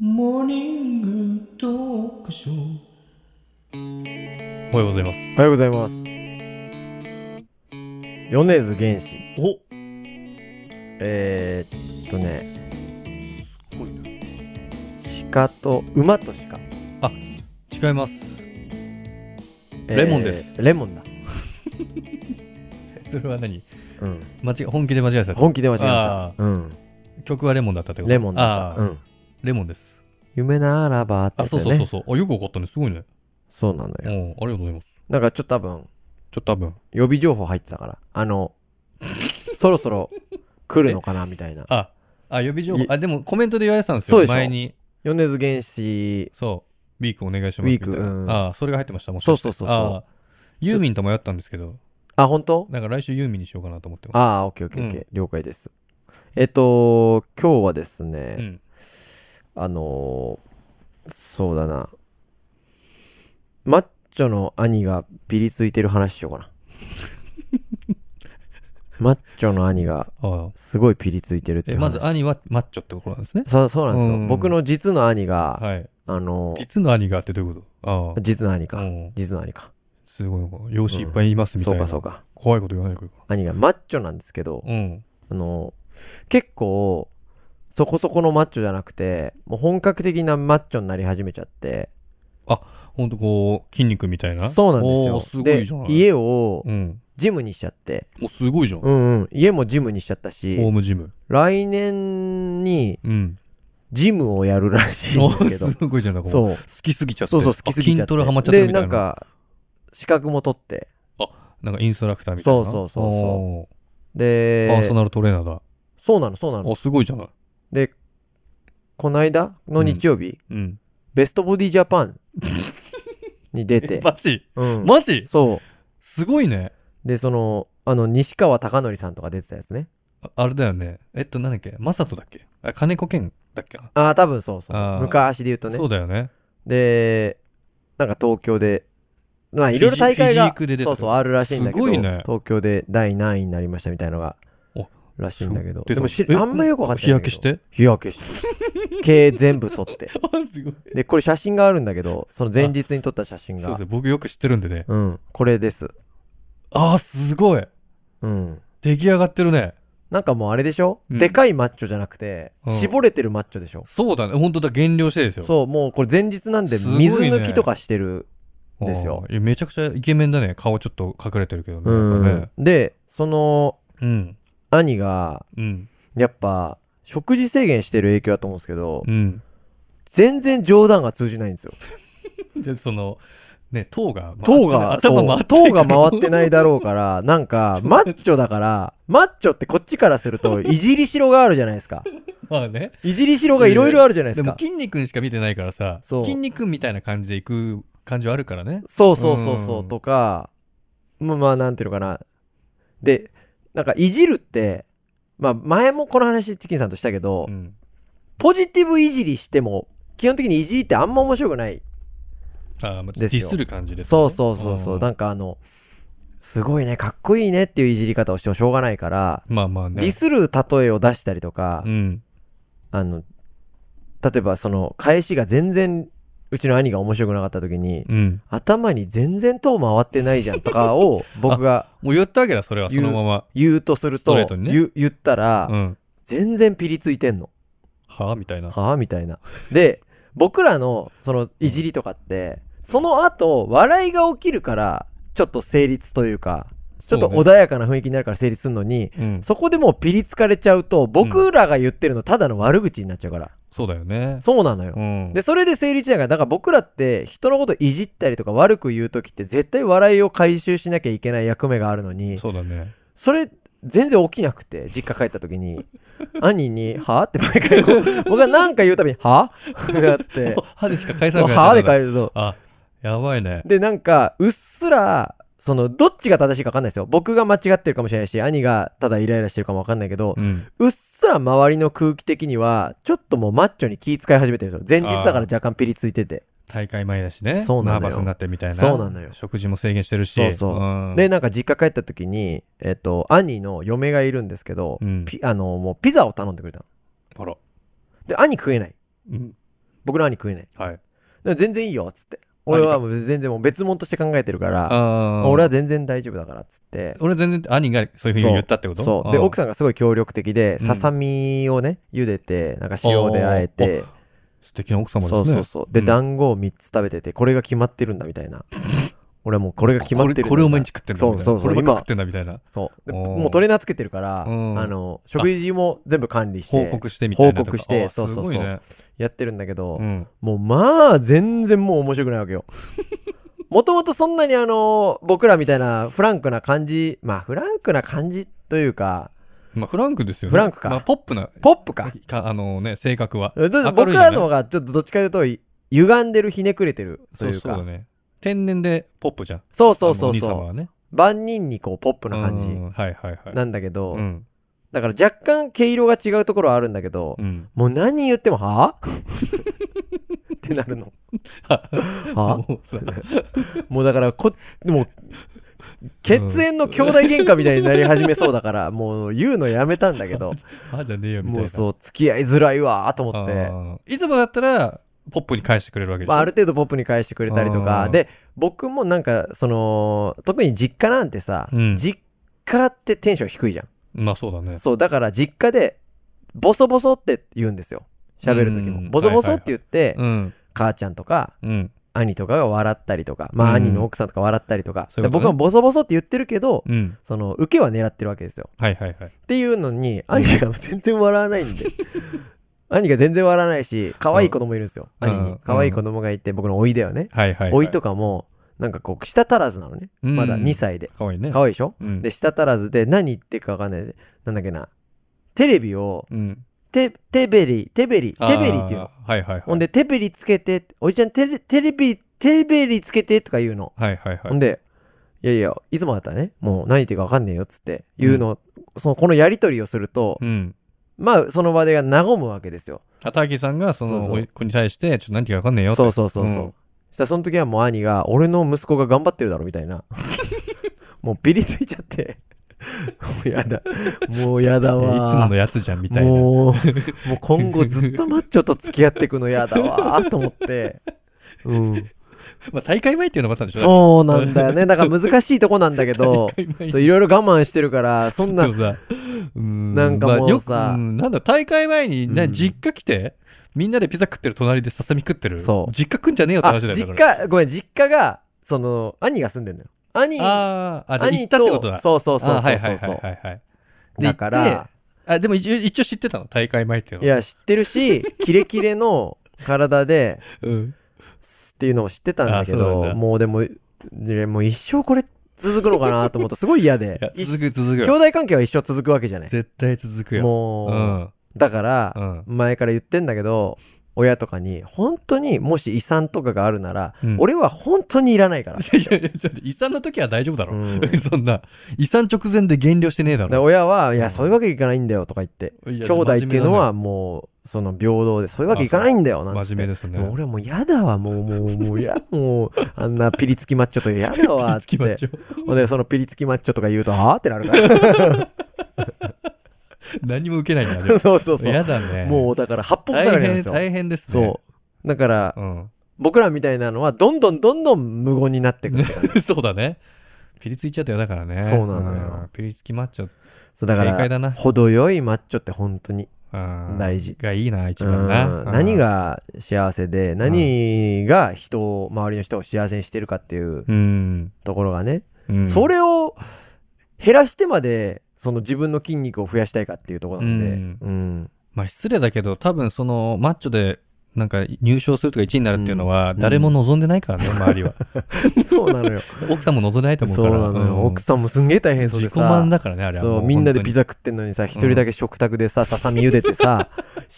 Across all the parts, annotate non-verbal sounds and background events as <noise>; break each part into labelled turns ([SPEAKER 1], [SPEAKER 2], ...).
[SPEAKER 1] モーニング読書
[SPEAKER 2] おはようございます。
[SPEAKER 3] おはようございます。米津玄師。
[SPEAKER 2] おす
[SPEAKER 3] えー、っとね、
[SPEAKER 2] ごいね。
[SPEAKER 3] 鹿と、馬と鹿。
[SPEAKER 2] 違います。
[SPEAKER 3] えー
[SPEAKER 2] レモンです。
[SPEAKER 3] レモンだ。
[SPEAKER 2] <laughs> それは何
[SPEAKER 3] うん。
[SPEAKER 2] 間違え本気で間違えた。
[SPEAKER 3] 本気で間違え
[SPEAKER 2] あ
[SPEAKER 3] ました。うん。
[SPEAKER 2] 曲はレモンだったってこと
[SPEAKER 3] レモンだ
[SPEAKER 2] あ
[SPEAKER 3] っ
[SPEAKER 2] あ、
[SPEAKER 3] た。うん。
[SPEAKER 2] レモンです。
[SPEAKER 3] 夢ならばっ
[SPEAKER 2] あ、
[SPEAKER 3] てやつだ
[SPEAKER 2] そうそ
[SPEAKER 3] よ
[SPEAKER 2] う
[SPEAKER 3] ね。
[SPEAKER 2] そうそう。あ、よくわかったね。すごいね。
[SPEAKER 3] そうなの
[SPEAKER 2] うん、あ
[SPEAKER 3] よ。
[SPEAKER 2] りがとうございます。
[SPEAKER 3] なんかちょっと多分、
[SPEAKER 2] ちょっと多分。
[SPEAKER 3] 予備情報入ってたから。あの、そろそろ来るのかなみたいな。
[SPEAKER 2] あ、あ、予備情報
[SPEAKER 3] い。
[SPEAKER 2] あ、でもコメントで言われてたんですよ。
[SPEAKER 3] そうでしょ
[SPEAKER 2] 前に。
[SPEAKER 3] 米津玄師、
[SPEAKER 2] そう。ウィークお願いします
[SPEAKER 3] ウィ
[SPEAKER 2] み
[SPEAKER 3] ー
[SPEAKER 2] た
[SPEAKER 3] ク
[SPEAKER 2] いな。
[SPEAKER 3] うん
[SPEAKER 2] あ、それが入ってました。もしかして
[SPEAKER 3] そうそうそうそう
[SPEAKER 2] あユーミンと迷ったんですけど、
[SPEAKER 3] あ、本当
[SPEAKER 2] なんか来週ユーミンにしようかなと思ってま
[SPEAKER 3] ああ、オッケーオッケーオッケー。了解です。えっと、今日はですね、
[SPEAKER 2] す。うん。
[SPEAKER 3] あのーそうだな。マッチョの兄がピリついてる話しようか
[SPEAKER 2] <laughs>
[SPEAKER 3] な。マッチョの兄が
[SPEAKER 2] ああ。
[SPEAKER 3] すごいピリついてるってい
[SPEAKER 2] え、
[SPEAKER 3] う話
[SPEAKER 2] まず兄はマッチョってことなんですね。
[SPEAKER 3] そう、そうなんですよ。
[SPEAKER 2] うん
[SPEAKER 3] 僕の実の兄が、
[SPEAKER 2] はい。
[SPEAKER 3] あのー
[SPEAKER 2] 実の兄がってどういうことああ。
[SPEAKER 3] 実の兄か、
[SPEAKER 2] うん
[SPEAKER 3] 実の兄か。
[SPEAKER 2] すごいなんか。容姿いっぱいいますみた
[SPEAKER 3] そ
[SPEAKER 2] いうな。
[SPEAKER 3] かそうか。
[SPEAKER 2] 怖いこと言わないから。
[SPEAKER 3] 兄がマッチョなんですけど、
[SPEAKER 2] うん。
[SPEAKER 3] あのー結構、そこそこのマッチョじゃなくて、もう本格的なマッチョになり始めちゃって、
[SPEAKER 2] ほんとこう、筋肉みたいな。
[SPEAKER 3] そうなんです
[SPEAKER 2] お
[SPEAKER 3] よ。
[SPEAKER 2] ーすごいじゃない。
[SPEAKER 3] で、家を
[SPEAKER 2] うん。
[SPEAKER 3] ジムにしちゃって、
[SPEAKER 2] もうすごいじゃん。
[SPEAKER 3] う
[SPEAKER 2] ホ
[SPEAKER 3] んうん。家もジムにしちゃった
[SPEAKER 2] ー
[SPEAKER 3] し、
[SPEAKER 2] ムジム。
[SPEAKER 3] 来年に
[SPEAKER 2] うん。
[SPEAKER 3] ジムをやるらしいんですけど
[SPEAKER 2] お <laughs> 。すごいじゃん。なんかもう
[SPEAKER 3] そう。
[SPEAKER 2] 好きすぎちゃって。
[SPEAKER 3] そうそう、好きすぎちゃ
[SPEAKER 2] 筋
[SPEAKER 3] って。
[SPEAKER 2] トレハマっちゃってるみたい
[SPEAKER 3] で、な
[SPEAKER 2] な。
[SPEAKER 3] んか、資格も取って。
[SPEAKER 2] なんかインストラクターみたいな。
[SPEAKER 3] そうそうそうそう
[SPEAKER 2] おーパー
[SPEAKER 3] で
[SPEAKER 2] ソ、ナルトレーナーだ。
[SPEAKER 3] そうなの、そうなの。
[SPEAKER 2] あ、すごいじゃない。
[SPEAKER 3] で、この間の日曜日、
[SPEAKER 2] うん。
[SPEAKER 3] ベストボディジャパンに
[SPEAKER 2] <laughs>
[SPEAKER 3] 出て。
[SPEAKER 2] マジ
[SPEAKER 3] うん。
[SPEAKER 2] マジ
[SPEAKER 3] そ
[SPEAKER 2] すごいね。
[SPEAKER 3] う。で、その、あの、西川貴教さんとか出てたやつね。
[SPEAKER 2] ああれだよね。えっと、なんだっけマサトだっけあ、金子健だっけな
[SPEAKER 3] ああ、多分そうそ
[SPEAKER 2] あ
[SPEAKER 3] う。
[SPEAKER 2] ー
[SPEAKER 3] 昔で言うとね
[SPEAKER 2] そう。だよ
[SPEAKER 3] <laughs>
[SPEAKER 2] ね。
[SPEAKER 3] で、なんか東京で、まあ
[SPEAKER 2] フィジ
[SPEAKER 3] いろいろ大会
[SPEAKER 2] フィジー
[SPEAKER 3] が
[SPEAKER 2] クで出、た
[SPEAKER 3] そうそう、あるらしいんだけど、
[SPEAKER 2] すごいね
[SPEAKER 3] 東京で第何位になりましたみたいのが
[SPEAKER 2] お、
[SPEAKER 3] らしいんだけ
[SPEAKER 2] そ
[SPEAKER 3] ど、
[SPEAKER 2] う出た
[SPEAKER 3] でもし
[SPEAKER 2] え
[SPEAKER 3] あんまよくわかって
[SPEAKER 2] 日
[SPEAKER 3] ないん
[SPEAKER 2] 焼け
[SPEAKER 3] だけど。
[SPEAKER 2] して。
[SPEAKER 3] 日焼けして。毛全部剃って。
[SPEAKER 2] あ、すごい。
[SPEAKER 3] で、これ写真があるんだけど、その前日に撮った写真
[SPEAKER 2] そう
[SPEAKER 3] が
[SPEAKER 2] です。ね。僕よく知ってるんでね。
[SPEAKER 3] うん、これです。
[SPEAKER 2] あ、すごい。
[SPEAKER 3] うん。
[SPEAKER 2] 出来上がってるね。
[SPEAKER 3] なんかもうあれでしょ、
[SPEAKER 2] うん
[SPEAKER 3] でかいマッチョじゃなくて、
[SPEAKER 2] うん
[SPEAKER 3] 絞れてるマッチョでしょ
[SPEAKER 2] そうだね。本当だ、減量してですよ。
[SPEAKER 3] そう、もうこれ前日なんです
[SPEAKER 2] ごいね
[SPEAKER 3] 水抜きとかしてる。
[SPEAKER 2] うん
[SPEAKER 3] ですよ
[SPEAKER 2] いやめちゃくちゃイケメンだね。顔ちょっと隠れてるけどね。
[SPEAKER 3] う
[SPEAKER 2] やっ
[SPEAKER 3] ん。で、その
[SPEAKER 2] ぱねうん。
[SPEAKER 3] 兄が、
[SPEAKER 2] うん。
[SPEAKER 3] やっぱ、食事制限してる影響だと思うんですけど、
[SPEAKER 2] うん。
[SPEAKER 3] 全然冗談が通じないん <laughs> ですよ。
[SPEAKER 2] で、その、ね、糖が、
[SPEAKER 3] 糖が、
[SPEAKER 2] 頭
[SPEAKER 3] そう
[SPEAKER 2] 回って
[SPEAKER 3] 糖が回ってないだろうから、なん <laughs> か、マッチョだから、マッチョってこっちからする <laughs> と、いじりしろがあるじゃないですか。
[SPEAKER 2] <laughs> まあね。
[SPEAKER 3] いじりしろがいろいろあるじゃないで
[SPEAKER 2] ですも
[SPEAKER 3] か。
[SPEAKER 2] 筋肉にしか見てないからさ、
[SPEAKER 3] そう
[SPEAKER 2] 筋肉みたいな感じでいく感じはあるからね。
[SPEAKER 3] そうそうそうそうう、
[SPEAKER 2] ん
[SPEAKER 3] とか、まあまあ、なんていうのかな。で、なんか、いじるって、まあ、前もこの話、チキンさんとしたけど
[SPEAKER 2] う、ん。
[SPEAKER 3] ポジティブいじりしても、基本的にいじりってあんま面白くない
[SPEAKER 2] あーまあ、デ
[SPEAKER 3] で
[SPEAKER 2] ィ
[SPEAKER 3] すよ
[SPEAKER 2] スる感じですね
[SPEAKER 3] そうそうそうそう。
[SPEAKER 2] ん
[SPEAKER 3] なんかあの、すごいね、かっこいいねっていういじり方をしてもしょうがないから、
[SPEAKER 2] まあまあね。
[SPEAKER 3] ディスる例えを出したりとか、
[SPEAKER 2] うん。
[SPEAKER 3] あの、例えばその、返しが全然、うちの兄が面白くなかった時に、
[SPEAKER 2] うん。
[SPEAKER 3] 頭に全然頭回ってないじゃんとかを僕が
[SPEAKER 2] もう言ったわけだ、それは、そ
[SPEAKER 3] 言う
[SPEAKER 2] のまま。
[SPEAKER 3] 言うとす
[SPEAKER 2] <laughs>
[SPEAKER 3] る
[SPEAKER 2] スト
[SPEAKER 3] と、
[SPEAKER 2] レートにね
[SPEAKER 3] 言言ったら、
[SPEAKER 2] うん。
[SPEAKER 3] 全然ピリついてんの。
[SPEAKER 2] はあみたいな。
[SPEAKER 3] はあみたいな。で、僕らのそのいじりとかって、その後、笑いが起きるから、ちょっと成立というか、ちょっと
[SPEAKER 2] そうね
[SPEAKER 3] 穏やかな雰囲気になるから成立するのに、
[SPEAKER 2] うん。
[SPEAKER 3] そこでもうピリつかれちゃうと、僕らが言ってるのただの悪口になっちゃうから。
[SPEAKER 2] そうだよね。
[SPEAKER 3] そうなのよ。
[SPEAKER 2] うん。
[SPEAKER 3] で、それで成立しないから、だから僕らって人のこといじったりとか悪く言うときって絶対笑いを回収しなきゃいけない役目があるのに、
[SPEAKER 2] そうだね。
[SPEAKER 3] それ全然起きなくて、実家帰ったと
[SPEAKER 2] <laughs>
[SPEAKER 3] きに、兄に、はって毎回こう、僕が何か言うたびに、はってなって
[SPEAKER 2] もう、歯でしか返さ
[SPEAKER 3] も
[SPEAKER 2] なく
[SPEAKER 3] う
[SPEAKER 2] なっちゃった
[SPEAKER 3] 歯で
[SPEAKER 2] んだ
[SPEAKER 3] 帰るぞ。
[SPEAKER 2] あ、やばいね。
[SPEAKER 3] で、なんか、うっすら、その、どっちが正しいか分かんないですよ。僕が間違ってるかもしれないし、兄がただイライラしてるかも分かんないけど、
[SPEAKER 2] うん。
[SPEAKER 3] うっすら周りの空気的には、ちょっともうマッチョに気使い始めてるんですよ。前日だから若干ピリついてて。
[SPEAKER 2] 大会前だしね。
[SPEAKER 3] そうなのよ
[SPEAKER 2] ナーバスになってみたいな。
[SPEAKER 3] そうなのよ
[SPEAKER 2] 食事も制限してるし。
[SPEAKER 3] そうそう
[SPEAKER 2] うん
[SPEAKER 3] で、なんか実家帰った時に、えっ、と、兄の嫁がいるんですけど、
[SPEAKER 2] うん
[SPEAKER 3] ピあの、もうピザを頼んでくれたの。
[SPEAKER 2] あら。
[SPEAKER 3] で、兄食えない。
[SPEAKER 2] うん。
[SPEAKER 3] 僕の兄食えない。だ
[SPEAKER 2] はい。
[SPEAKER 3] から全然いいよ、つって。俺はもう全然もう別物として考えてるから、
[SPEAKER 2] あー
[SPEAKER 3] 俺は全然大丈夫だから、つって。
[SPEAKER 2] 俺全然兄がそういうふうに言ったってこと
[SPEAKER 3] そう。で、奥
[SPEAKER 2] さん。
[SPEAKER 3] さんがすごい協力的で、
[SPEAKER 2] うん
[SPEAKER 3] ささみをね、茹でて、なんか塩で和えて、
[SPEAKER 2] 素敵な奥様です
[SPEAKER 3] そ
[SPEAKER 2] ね。
[SPEAKER 3] うそうそう。で、
[SPEAKER 2] ん
[SPEAKER 3] 団子を3つ食べてて、これが決まってるんだみたいな。俺はもうこれが決まってるんだ
[SPEAKER 2] これこれを毎日食ってんだみたいな。
[SPEAKER 3] そうそうそう
[SPEAKER 2] こればっか
[SPEAKER 3] 今
[SPEAKER 2] 食ってんだみたいな。
[SPEAKER 3] そう。で
[SPEAKER 2] おー
[SPEAKER 3] もうトレーナーつけてるから、
[SPEAKER 2] うん
[SPEAKER 3] あの、食事も全部管理して、
[SPEAKER 2] 報告してみたいなとか。
[SPEAKER 3] 報告して
[SPEAKER 2] あー
[SPEAKER 3] そうそうそう
[SPEAKER 2] すごいね。
[SPEAKER 3] やってるんだけど、
[SPEAKER 2] うん。
[SPEAKER 3] もうまあ、全然もう面白くないわけよ。
[SPEAKER 2] <laughs>
[SPEAKER 3] もともとそんなにあの、僕らみたいなフランクな感じ、まあフランクな感じというか、
[SPEAKER 2] まあ、フランクですよね。
[SPEAKER 3] フランクか
[SPEAKER 2] まあ、ポップな、
[SPEAKER 3] ポップか。
[SPEAKER 2] かあのね、性格は。
[SPEAKER 3] だって
[SPEAKER 2] 明る
[SPEAKER 3] 僕
[SPEAKER 2] いよ
[SPEAKER 3] ら
[SPEAKER 2] ね
[SPEAKER 3] の方がちょっとどっちかというと、い歪んでる、ひねくれてると
[SPEAKER 2] そう
[SPEAKER 3] いう
[SPEAKER 2] そう
[SPEAKER 3] か
[SPEAKER 2] だ。ね。天然でポップじゃん。
[SPEAKER 3] そうそうそう
[SPEAKER 2] あのお兄様
[SPEAKER 3] そう。
[SPEAKER 2] はね。
[SPEAKER 3] 万人にこう、ポップな
[SPEAKER 2] う
[SPEAKER 3] 感
[SPEAKER 2] んはいはいは
[SPEAKER 3] じ
[SPEAKER 2] い。
[SPEAKER 3] なんだけど、
[SPEAKER 2] うん。
[SPEAKER 3] だから若干毛色が違うところはあるんだけど、
[SPEAKER 2] うん。
[SPEAKER 3] もう何言っても、は <laughs> ぁってな
[SPEAKER 2] <laughs>
[SPEAKER 3] るの。は
[SPEAKER 2] もうさ
[SPEAKER 3] ぁもうだからこ、もう、血縁の兄弟喧嘩みたいになり始めそう
[SPEAKER 2] <laughs>
[SPEAKER 3] だから、もう言うのやめたんだけど、
[SPEAKER 2] あじゃねえよみたいな。
[SPEAKER 3] もうそう、付き合いづらいわーと思って、
[SPEAKER 2] あーいつもだったら、ポップに返してくれるわけでしょ。
[SPEAKER 3] まあ、ある程度ポップに返してくれたりと
[SPEAKER 2] あ
[SPEAKER 3] か、
[SPEAKER 2] ー
[SPEAKER 3] で、僕もなんか、その、特に実家なんてさ、
[SPEAKER 2] うん
[SPEAKER 3] 実家ってテンション低いじゃん。
[SPEAKER 2] まあそうだね。
[SPEAKER 3] そう、だから実家で、ボソボソって言うんですよ。喋るとき
[SPEAKER 2] うん
[SPEAKER 3] も。ボソボソって言って
[SPEAKER 2] う、ん。
[SPEAKER 3] 母ちゃんとか、
[SPEAKER 2] うん。
[SPEAKER 3] 兄とかが笑ったりとか、まあ
[SPEAKER 2] うん
[SPEAKER 3] 兄の奥さんとか笑ったりとか、
[SPEAKER 2] そういう
[SPEAKER 3] で
[SPEAKER 2] ことね
[SPEAKER 3] 僕はボソボソって言ってるけど、
[SPEAKER 2] うん。
[SPEAKER 3] その、受けは狙ってるわけですよ。
[SPEAKER 2] はいはいはい。
[SPEAKER 3] っていうのに、兄が全然笑わない
[SPEAKER 2] <laughs>
[SPEAKER 3] んで。兄が全然笑わないし、可愛い子供いるんですよ。
[SPEAKER 2] うん
[SPEAKER 3] 兄
[SPEAKER 2] う
[SPEAKER 3] に
[SPEAKER 2] ん。
[SPEAKER 3] 可愛い子供がいて、僕の老いだよね。
[SPEAKER 2] はいはい、はい。
[SPEAKER 3] 老いとかも、なんかこう、舌足らずなのね。
[SPEAKER 2] うん
[SPEAKER 3] まだ2歳で。
[SPEAKER 2] かわいいね。
[SPEAKER 3] 可愛いでしょ
[SPEAKER 2] うん。
[SPEAKER 3] で、舌足らずで、何言ってるかわかんないで、なんだっけな。テレビを、
[SPEAKER 2] うん。
[SPEAKER 3] テ、テベリ、テベリ、テベリっていうの
[SPEAKER 2] あ。ーはいはいはい。
[SPEAKER 3] ほんで、テベリつけて、おじちゃんテレ、テレビ、テベリつけてとか言うの。
[SPEAKER 2] はいはいは
[SPEAKER 3] ほん
[SPEAKER 2] い。
[SPEAKER 3] で、いやいや、いつもだったらね、もう何言ってるか分かんねえよっつって、言うの、その、このやりとりをすると、
[SPEAKER 2] うん。
[SPEAKER 3] まあ、その場で和むわけですよ。
[SPEAKER 2] 畑木さんがそ
[SPEAKER 3] そう
[SPEAKER 2] の
[SPEAKER 3] そう
[SPEAKER 2] おい子に対して、ちょっと何て言うかわかんねえよって
[SPEAKER 3] そうそうそうそう。
[SPEAKER 2] うん
[SPEAKER 3] したらその時はもう兄が、俺の息子が頑張ってるだろみたい
[SPEAKER 2] <laughs>
[SPEAKER 3] な。もうビリついちゃって、もうやだ、もうやだ
[SPEAKER 2] え
[SPEAKER 3] わ。
[SPEAKER 2] いつものやつじゃんみたいな。
[SPEAKER 3] もう、もう今後ずっとマッチョと付き合ってくのやだわーと思って。
[SPEAKER 2] <laughs>
[SPEAKER 3] うん。
[SPEAKER 2] まあ大会前っていうのもあったんでしょう。
[SPEAKER 3] そうなんだよね。だから難しいとこなんだけ
[SPEAKER 2] <laughs>
[SPEAKER 3] ど、
[SPEAKER 2] 大会前
[SPEAKER 3] そういろいろ我慢してるから、そんな
[SPEAKER 2] <laughs> で、もさ、うーん
[SPEAKER 3] なんかもうさ
[SPEAKER 2] まあよくうんなんだ、大会前に、な
[SPEAKER 3] うん
[SPEAKER 2] 実家来て、みんなでピザ食ってる隣でささみ食ってる。
[SPEAKER 3] そう
[SPEAKER 2] 実家来んじゃねえよって
[SPEAKER 3] あ、
[SPEAKER 2] 話だよ
[SPEAKER 3] 実
[SPEAKER 2] だから。
[SPEAKER 3] 家、ごめん、実家が、その、兄が住んでんのよ。兄、
[SPEAKER 2] あーあ、じゃあ行
[SPEAKER 3] 兄
[SPEAKER 2] ったってことだ。
[SPEAKER 3] そうそうそう
[SPEAKER 2] あは
[SPEAKER 3] そ
[SPEAKER 2] いうは
[SPEAKER 3] そ
[SPEAKER 2] いうは
[SPEAKER 3] そ。
[SPEAKER 2] いうはいはい。で
[SPEAKER 3] だから、、
[SPEAKER 2] 行ってあ、でも一応一応知ってたの大会前っていうの。
[SPEAKER 3] いや、知ってるし、キレキレの体で、
[SPEAKER 2] うん。
[SPEAKER 3] っていうのを知ってたんだけ
[SPEAKER 2] あそうなん
[SPEAKER 3] ど、
[SPEAKER 2] だ
[SPEAKER 3] もうでも、ねもう一生これ続くのかなと思うと、すごい嫌で
[SPEAKER 2] いや、。
[SPEAKER 3] い
[SPEAKER 2] 続く続
[SPEAKER 3] 兄
[SPEAKER 2] く。
[SPEAKER 3] 弟関係は一生続くわけじゃない。
[SPEAKER 2] 絶対続くよ。う
[SPEAKER 3] もう、
[SPEAKER 2] ん。
[SPEAKER 3] だから
[SPEAKER 2] う、ん。
[SPEAKER 3] 前から言ってんだけど、親とかに、本当にもし遺産とかがあるなら、
[SPEAKER 2] うん
[SPEAKER 3] 俺は本当にいらな
[SPEAKER 2] <laughs>
[SPEAKER 3] いから。
[SPEAKER 2] <laughs> いやいやいや、ちょっと遺産の時は大丈夫だろ。
[SPEAKER 3] うん
[SPEAKER 2] <laughs> そんな、遺産直前で減量してねえだ
[SPEAKER 3] で
[SPEAKER 2] ろ。
[SPEAKER 3] 親は、いや、そういうわけいかないんだよとか言って、
[SPEAKER 2] いや
[SPEAKER 3] 兄弟っていう
[SPEAKER 2] 真面
[SPEAKER 3] の、
[SPEAKER 2] 目なんだよ
[SPEAKER 3] はもう、その平等で、そういうわけいかないんだよ、なんつって
[SPEAKER 2] 真面目ですね
[SPEAKER 3] もう俺はもう嫌だわ、もう、もう、もう、や、もう、あんなピリつきマッチョと嫌だわ、
[SPEAKER 2] <laughs>
[SPEAKER 3] つ
[SPEAKER 2] ピリつきマ
[SPEAKER 3] っ
[SPEAKER 2] ッチ
[SPEAKER 3] て
[SPEAKER 2] ョ。
[SPEAKER 3] ほんで、そのピリつきマッチョとか言うと、はぁってな
[SPEAKER 2] <laughs>
[SPEAKER 3] るから。。
[SPEAKER 2] 何も受けないんだよ
[SPEAKER 3] <laughs> そうそうそう。
[SPEAKER 2] やだね。
[SPEAKER 3] もう、だから、八方塞が
[SPEAKER 2] 大
[SPEAKER 3] りなんで
[SPEAKER 2] 変、
[SPEAKER 3] すよ。
[SPEAKER 2] 大変ですね。
[SPEAKER 3] そう。だから、
[SPEAKER 2] うん。
[SPEAKER 3] 僕らみたいなのは、どんどんどんどん無言になってく
[SPEAKER 2] <laughs>
[SPEAKER 3] るって感じ。
[SPEAKER 2] <laughs> そうだね。ピリついちゃったよ、だからね。
[SPEAKER 3] そうなのよ
[SPEAKER 2] うんピリつきマッチョ。
[SPEAKER 3] そう、だか
[SPEAKER 2] 正解だな
[SPEAKER 3] ら、程よいマッチョって本当に
[SPEAKER 2] うん
[SPEAKER 3] 大事。
[SPEAKER 2] がいいな、一番な。
[SPEAKER 3] うん
[SPEAKER 2] うん
[SPEAKER 3] 何、が幸せで、何が人を、周りの人を幸せにしてるかっていう
[SPEAKER 2] うん。
[SPEAKER 3] ところがね、
[SPEAKER 2] うん
[SPEAKER 3] それを減らしてまで、その自分の筋肉を増やしたいかっていうところなんで、
[SPEAKER 2] うん
[SPEAKER 3] うん
[SPEAKER 2] まあ失礼だけど、多分その、マッチョで、なんか入賞するとか1位になるっていうのは、
[SPEAKER 3] ん
[SPEAKER 2] 誰も望んでないから
[SPEAKER 3] <laughs>
[SPEAKER 2] ね、周りは。
[SPEAKER 3] そうなのよ。
[SPEAKER 2] 奥さんも望ん <laughs> でないと思う
[SPEAKER 3] そ
[SPEAKER 2] から。
[SPEAKER 3] うなのよ。
[SPEAKER 2] うん
[SPEAKER 3] 奥さんもすんげえ大変そうで
[SPEAKER 2] 自己
[SPEAKER 3] さ。
[SPEAKER 2] 満だからね、あれは。
[SPEAKER 3] そう、みんなでピ
[SPEAKER 2] ザ。
[SPEAKER 3] ザ食ってんのにさ、一人だけ食卓でさ、ささみ茹で
[SPEAKER 2] <laughs>
[SPEAKER 3] てさ、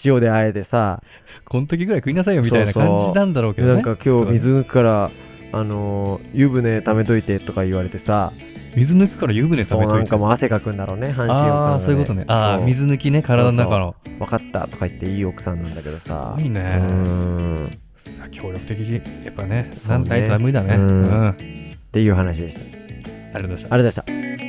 [SPEAKER 3] 塩で和えてさ、
[SPEAKER 2] この時ぐらい食いなさいよみたいな
[SPEAKER 3] そうそう
[SPEAKER 2] 感じなんだろうけ
[SPEAKER 3] で
[SPEAKER 2] どね。
[SPEAKER 3] なんか今日
[SPEAKER 2] そう
[SPEAKER 3] 水抜くから、あのー湯船溜めといてとか言われてさ、
[SPEAKER 2] 水抜くから湯船
[SPEAKER 3] そ
[SPEAKER 2] 食べ
[SPEAKER 3] う
[SPEAKER 2] とい
[SPEAKER 3] な
[SPEAKER 2] て。
[SPEAKER 3] んかもう汗かくんだろうね、半身浴
[SPEAKER 2] ああ、そういうことね。ああ、水抜きね、体の中の。
[SPEAKER 3] 分かったとか言っていい奥さんなんだけどさ。
[SPEAKER 2] すごいうね。
[SPEAKER 3] ーん。っ
[SPEAKER 2] さあ、協力的に、やっぱね、
[SPEAKER 3] そう
[SPEAKER 2] 何
[SPEAKER 3] ね
[SPEAKER 2] 対とは無理だね。う
[SPEAKER 3] うん
[SPEAKER 2] ん。あ
[SPEAKER 3] ていう話でした。あり
[SPEAKER 2] りがとうございました。
[SPEAKER 3] がとうございました。